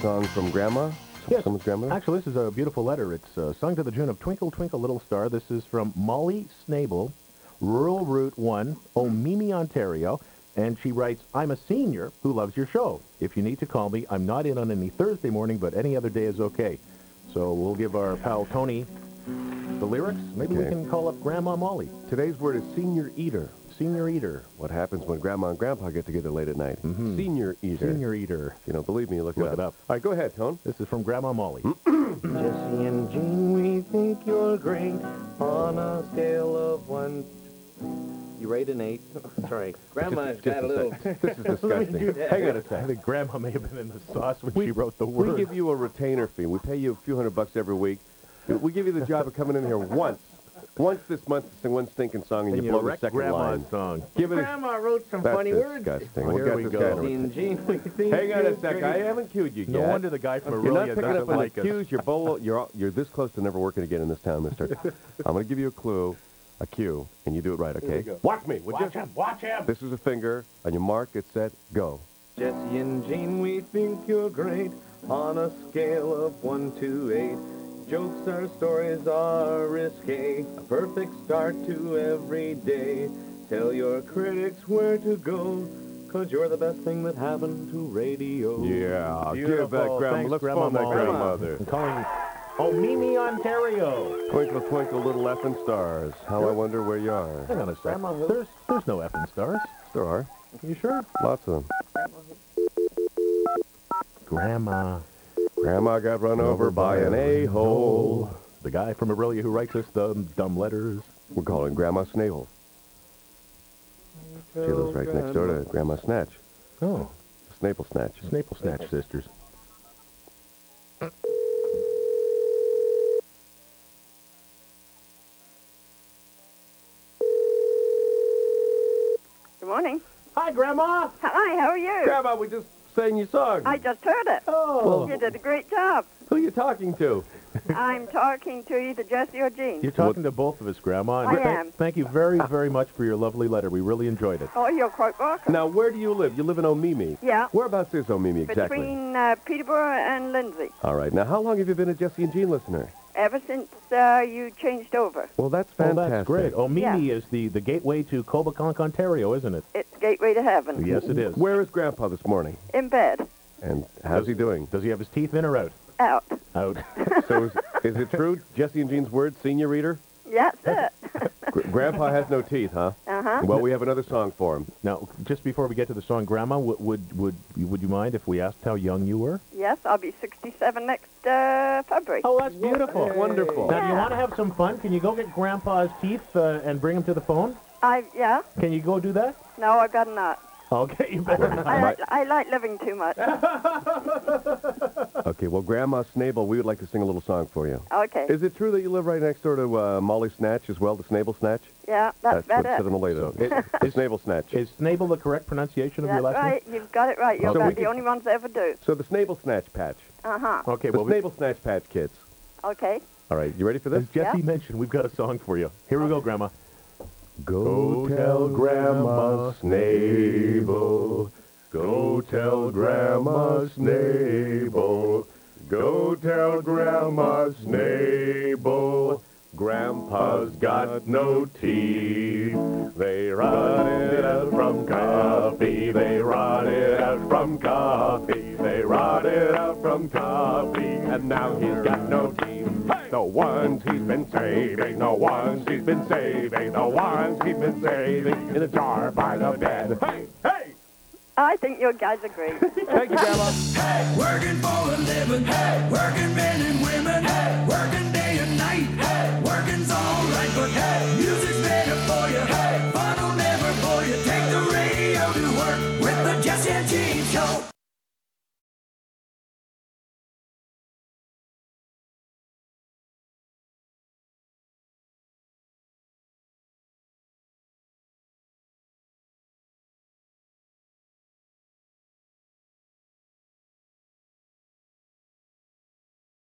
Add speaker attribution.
Speaker 1: song from Grandma?
Speaker 2: Yes.
Speaker 1: Someone's grandmother?
Speaker 2: Actually, this is a beautiful letter. It's uh, sung to the tune of Twinkle, Twinkle, Little Star. This is from Molly Snable, Rural Route 1, Omimi, Ontario. And she writes, I'm a senior who loves your show. If you need to call me, I'm not in on any Thursday morning, but any other day is okay. So we'll give our pal Tony the lyrics. Maybe we
Speaker 1: Okay.
Speaker 2: can call up Grandma Molly.
Speaker 1: Today's word is senior eater.
Speaker 2: Senior eater.
Speaker 1: What happens when Grandma and Grandpa get together late at night? Senior eater.
Speaker 2: Senior eater.
Speaker 1: If you don't believe me, Mm-hmm. look,
Speaker 2: Look it up.
Speaker 1: All right, go ahead, Tone.
Speaker 2: This is from Grandma Molly.
Speaker 3: Jesse and Jean, we think you're great on a scale of one. You rate an eight. Oh, Sorry, Grandma's got a little.
Speaker 1: This is disgusting. Hang on a
Speaker 2: I
Speaker 1: sec.
Speaker 2: think Grandma may have been in the sauce when
Speaker 1: We-
Speaker 2: she wrote the
Speaker 1: We
Speaker 2: word.
Speaker 1: give you a retainer fee. We pay you a few hundred bucks every week. We give you the job of coming in here once. Once this month to sing one stinking song and,
Speaker 2: and
Speaker 1: you
Speaker 2: you
Speaker 1: blow the
Speaker 2: wrecked
Speaker 1: second
Speaker 2: Grandma's
Speaker 1: line.
Speaker 2: song.
Speaker 1: Give it a...
Speaker 3: Grandma wrote some
Speaker 1: That's
Speaker 3: funny words.
Speaker 1: disgusting.
Speaker 2: Well,
Speaker 1: We'll
Speaker 2: here
Speaker 1: get
Speaker 2: we
Speaker 1: this
Speaker 2: go.
Speaker 1: guy in a
Speaker 3: Jesse and Jean, we think
Speaker 1: Hang on
Speaker 3: you're
Speaker 1: a sec.
Speaker 3: great.
Speaker 1: I haven't cued you yet.
Speaker 2: No wonder the guy from
Speaker 1: You're not
Speaker 2: Aurelia
Speaker 1: picking
Speaker 2: doesn't
Speaker 1: up on
Speaker 2: like
Speaker 1: the
Speaker 2: us.
Speaker 1: cues. You're, bull, you're, all- you're this close to never working again in this town, mister. I'm going to give you a clue, a cue, and you do it right, okay? Watch me, would you?
Speaker 2: him! Watch him!
Speaker 1: This is a finger. On your mark, get set, go.
Speaker 3: Jesse and Jean, we think you're great on a scale of one to eight. Jokes or stories are risque, a perfect start to every day. Tell your critics where to go, cause you're the best thing that happened to radio.
Speaker 1: Yeah, give that
Speaker 2: Beautiful.
Speaker 1: grandma.
Speaker 2: Thanks,
Speaker 1: Let's
Speaker 2: Grandma
Speaker 1: phone that
Speaker 2: Molly.
Speaker 1: grandmother.
Speaker 2: I'm calling Oh Mimi, Ontario.
Speaker 1: Twinkle, twinkle, little effing stars. How I wonder where you are.
Speaker 2: Hang on a sec. There's, there's no F in stars.
Speaker 1: There are.
Speaker 2: You sure?
Speaker 1: Lots of them.
Speaker 2: Grandma.
Speaker 1: Grandma got run over by an a-hole.
Speaker 2: The guy from Aurelia who writes us the dumb letters.
Speaker 1: We're calling Grandma Snahel. She lives right next door to Grandma Snatch.
Speaker 2: Oh,
Speaker 1: Snaple Snatch.
Speaker 2: Snaple Snatch Sisters.
Speaker 4: Good morning.
Speaker 2: Hi, Grandma.
Speaker 4: Hi, how are you?
Speaker 1: Grandma, we just sang your song.
Speaker 4: I just heard it.
Speaker 1: Oh.
Speaker 4: You did a great job.
Speaker 1: Who are you talking to?
Speaker 4: I'm talking to either Jesse or Jean.
Speaker 2: You're talking to both of us, Grandma. and
Speaker 4: I
Speaker 2: thank-
Speaker 4: am.
Speaker 2: Thank you very, very much for your lovely letter. We really enjoyed it.
Speaker 4: Oh, you're quite welcome.
Speaker 1: Now, where do you live? You live in Omimi.
Speaker 4: Yeah.
Speaker 1: Whereabouts is Omimi exactly?
Speaker 4: Between uh, Peterborough and Lindsay,
Speaker 1: All right. Now, how long have you been a Jesse and Jean listener?
Speaker 4: ever since uh, you changed over.
Speaker 1: Well, that's
Speaker 2: Oh,
Speaker 1: fantastic.
Speaker 2: that's great. Oh, Mimi
Speaker 4: Yeah.
Speaker 2: is the, the gateway to Cobaconk, Ontario, isn't it?
Speaker 4: It's Gateway to Heaven.
Speaker 1: Oh,
Speaker 2: Yes, it is.
Speaker 1: Where is Grandpa this morning?
Speaker 4: In bed.
Speaker 1: And how's he doing?
Speaker 2: Does he have his teeth in or out?
Speaker 4: Out.
Speaker 2: Out.
Speaker 1: so is, is it true, Jesse and Jean's word, senior reader?
Speaker 4: Yeah, that's it.
Speaker 1: Gr- Grandpa has no teeth, huh?
Speaker 4: Uh-huh.
Speaker 1: Well, we have another song for him.
Speaker 2: Now, just before we get to the song, Grandma, w- would would would you mind if we asked how young you were?
Speaker 4: Yes, I'll be 67 next uh, February.
Speaker 2: Oh, that's beautiful.
Speaker 1: Wonderful.
Speaker 2: Now, do you want to have some fun? Can you go get Grandpa's teeth uh, and bring him to the phone?
Speaker 4: I Yeah?
Speaker 2: Can you go do that?
Speaker 4: No, I've got not.
Speaker 2: Okay, you better. not.
Speaker 4: I,
Speaker 1: Right.
Speaker 4: like- I like living too much.
Speaker 1: Okay, well, Grandma Snable, we would like to sing a little song for you.
Speaker 4: Okay.
Speaker 1: Is it true that you live right next door to uh, Molly Snatch as well, the Snable Snatch?
Speaker 4: yeah, that's
Speaker 1: what
Speaker 4: about
Speaker 1: it's
Speaker 4: it.
Speaker 1: in the later. It's Snable Snatch.
Speaker 2: Is Snable the correct pronunciation of
Speaker 4: That's
Speaker 2: your last
Speaker 4: right. You've got it right. You're
Speaker 2: Okay.
Speaker 4: about
Speaker 2: We
Speaker 4: the
Speaker 2: could-
Speaker 4: only ones that ever do.
Speaker 1: So the Snable Snatch Patch.
Speaker 4: Uh huh.
Speaker 2: name? Okay,
Speaker 1: the
Speaker 2: well, we,
Speaker 1: Snable Snatch Patch kids.
Speaker 4: Okay.
Speaker 1: All right, you ready for this?
Speaker 2: as Jesse
Speaker 4: Yeah.
Speaker 2: mentioned, we've got a song for you. Here we go, Grandma.
Speaker 1: Go tell Grandma Snable. Go tell Grandma Snable. Go tell Grandma Snable. Grandpa's got no teeth. They rotted out from coffee. They rotted out from coffee. They rotted out from coffee. And now he's got no teeth. The ones he's been saving, the ones he's been saving, the ones he's been saving in a jar by the bed. Hey, hey!
Speaker 4: I think your guys are great.
Speaker 1: Thank you, Grandma.
Speaker 5: Working for a living, working men and women,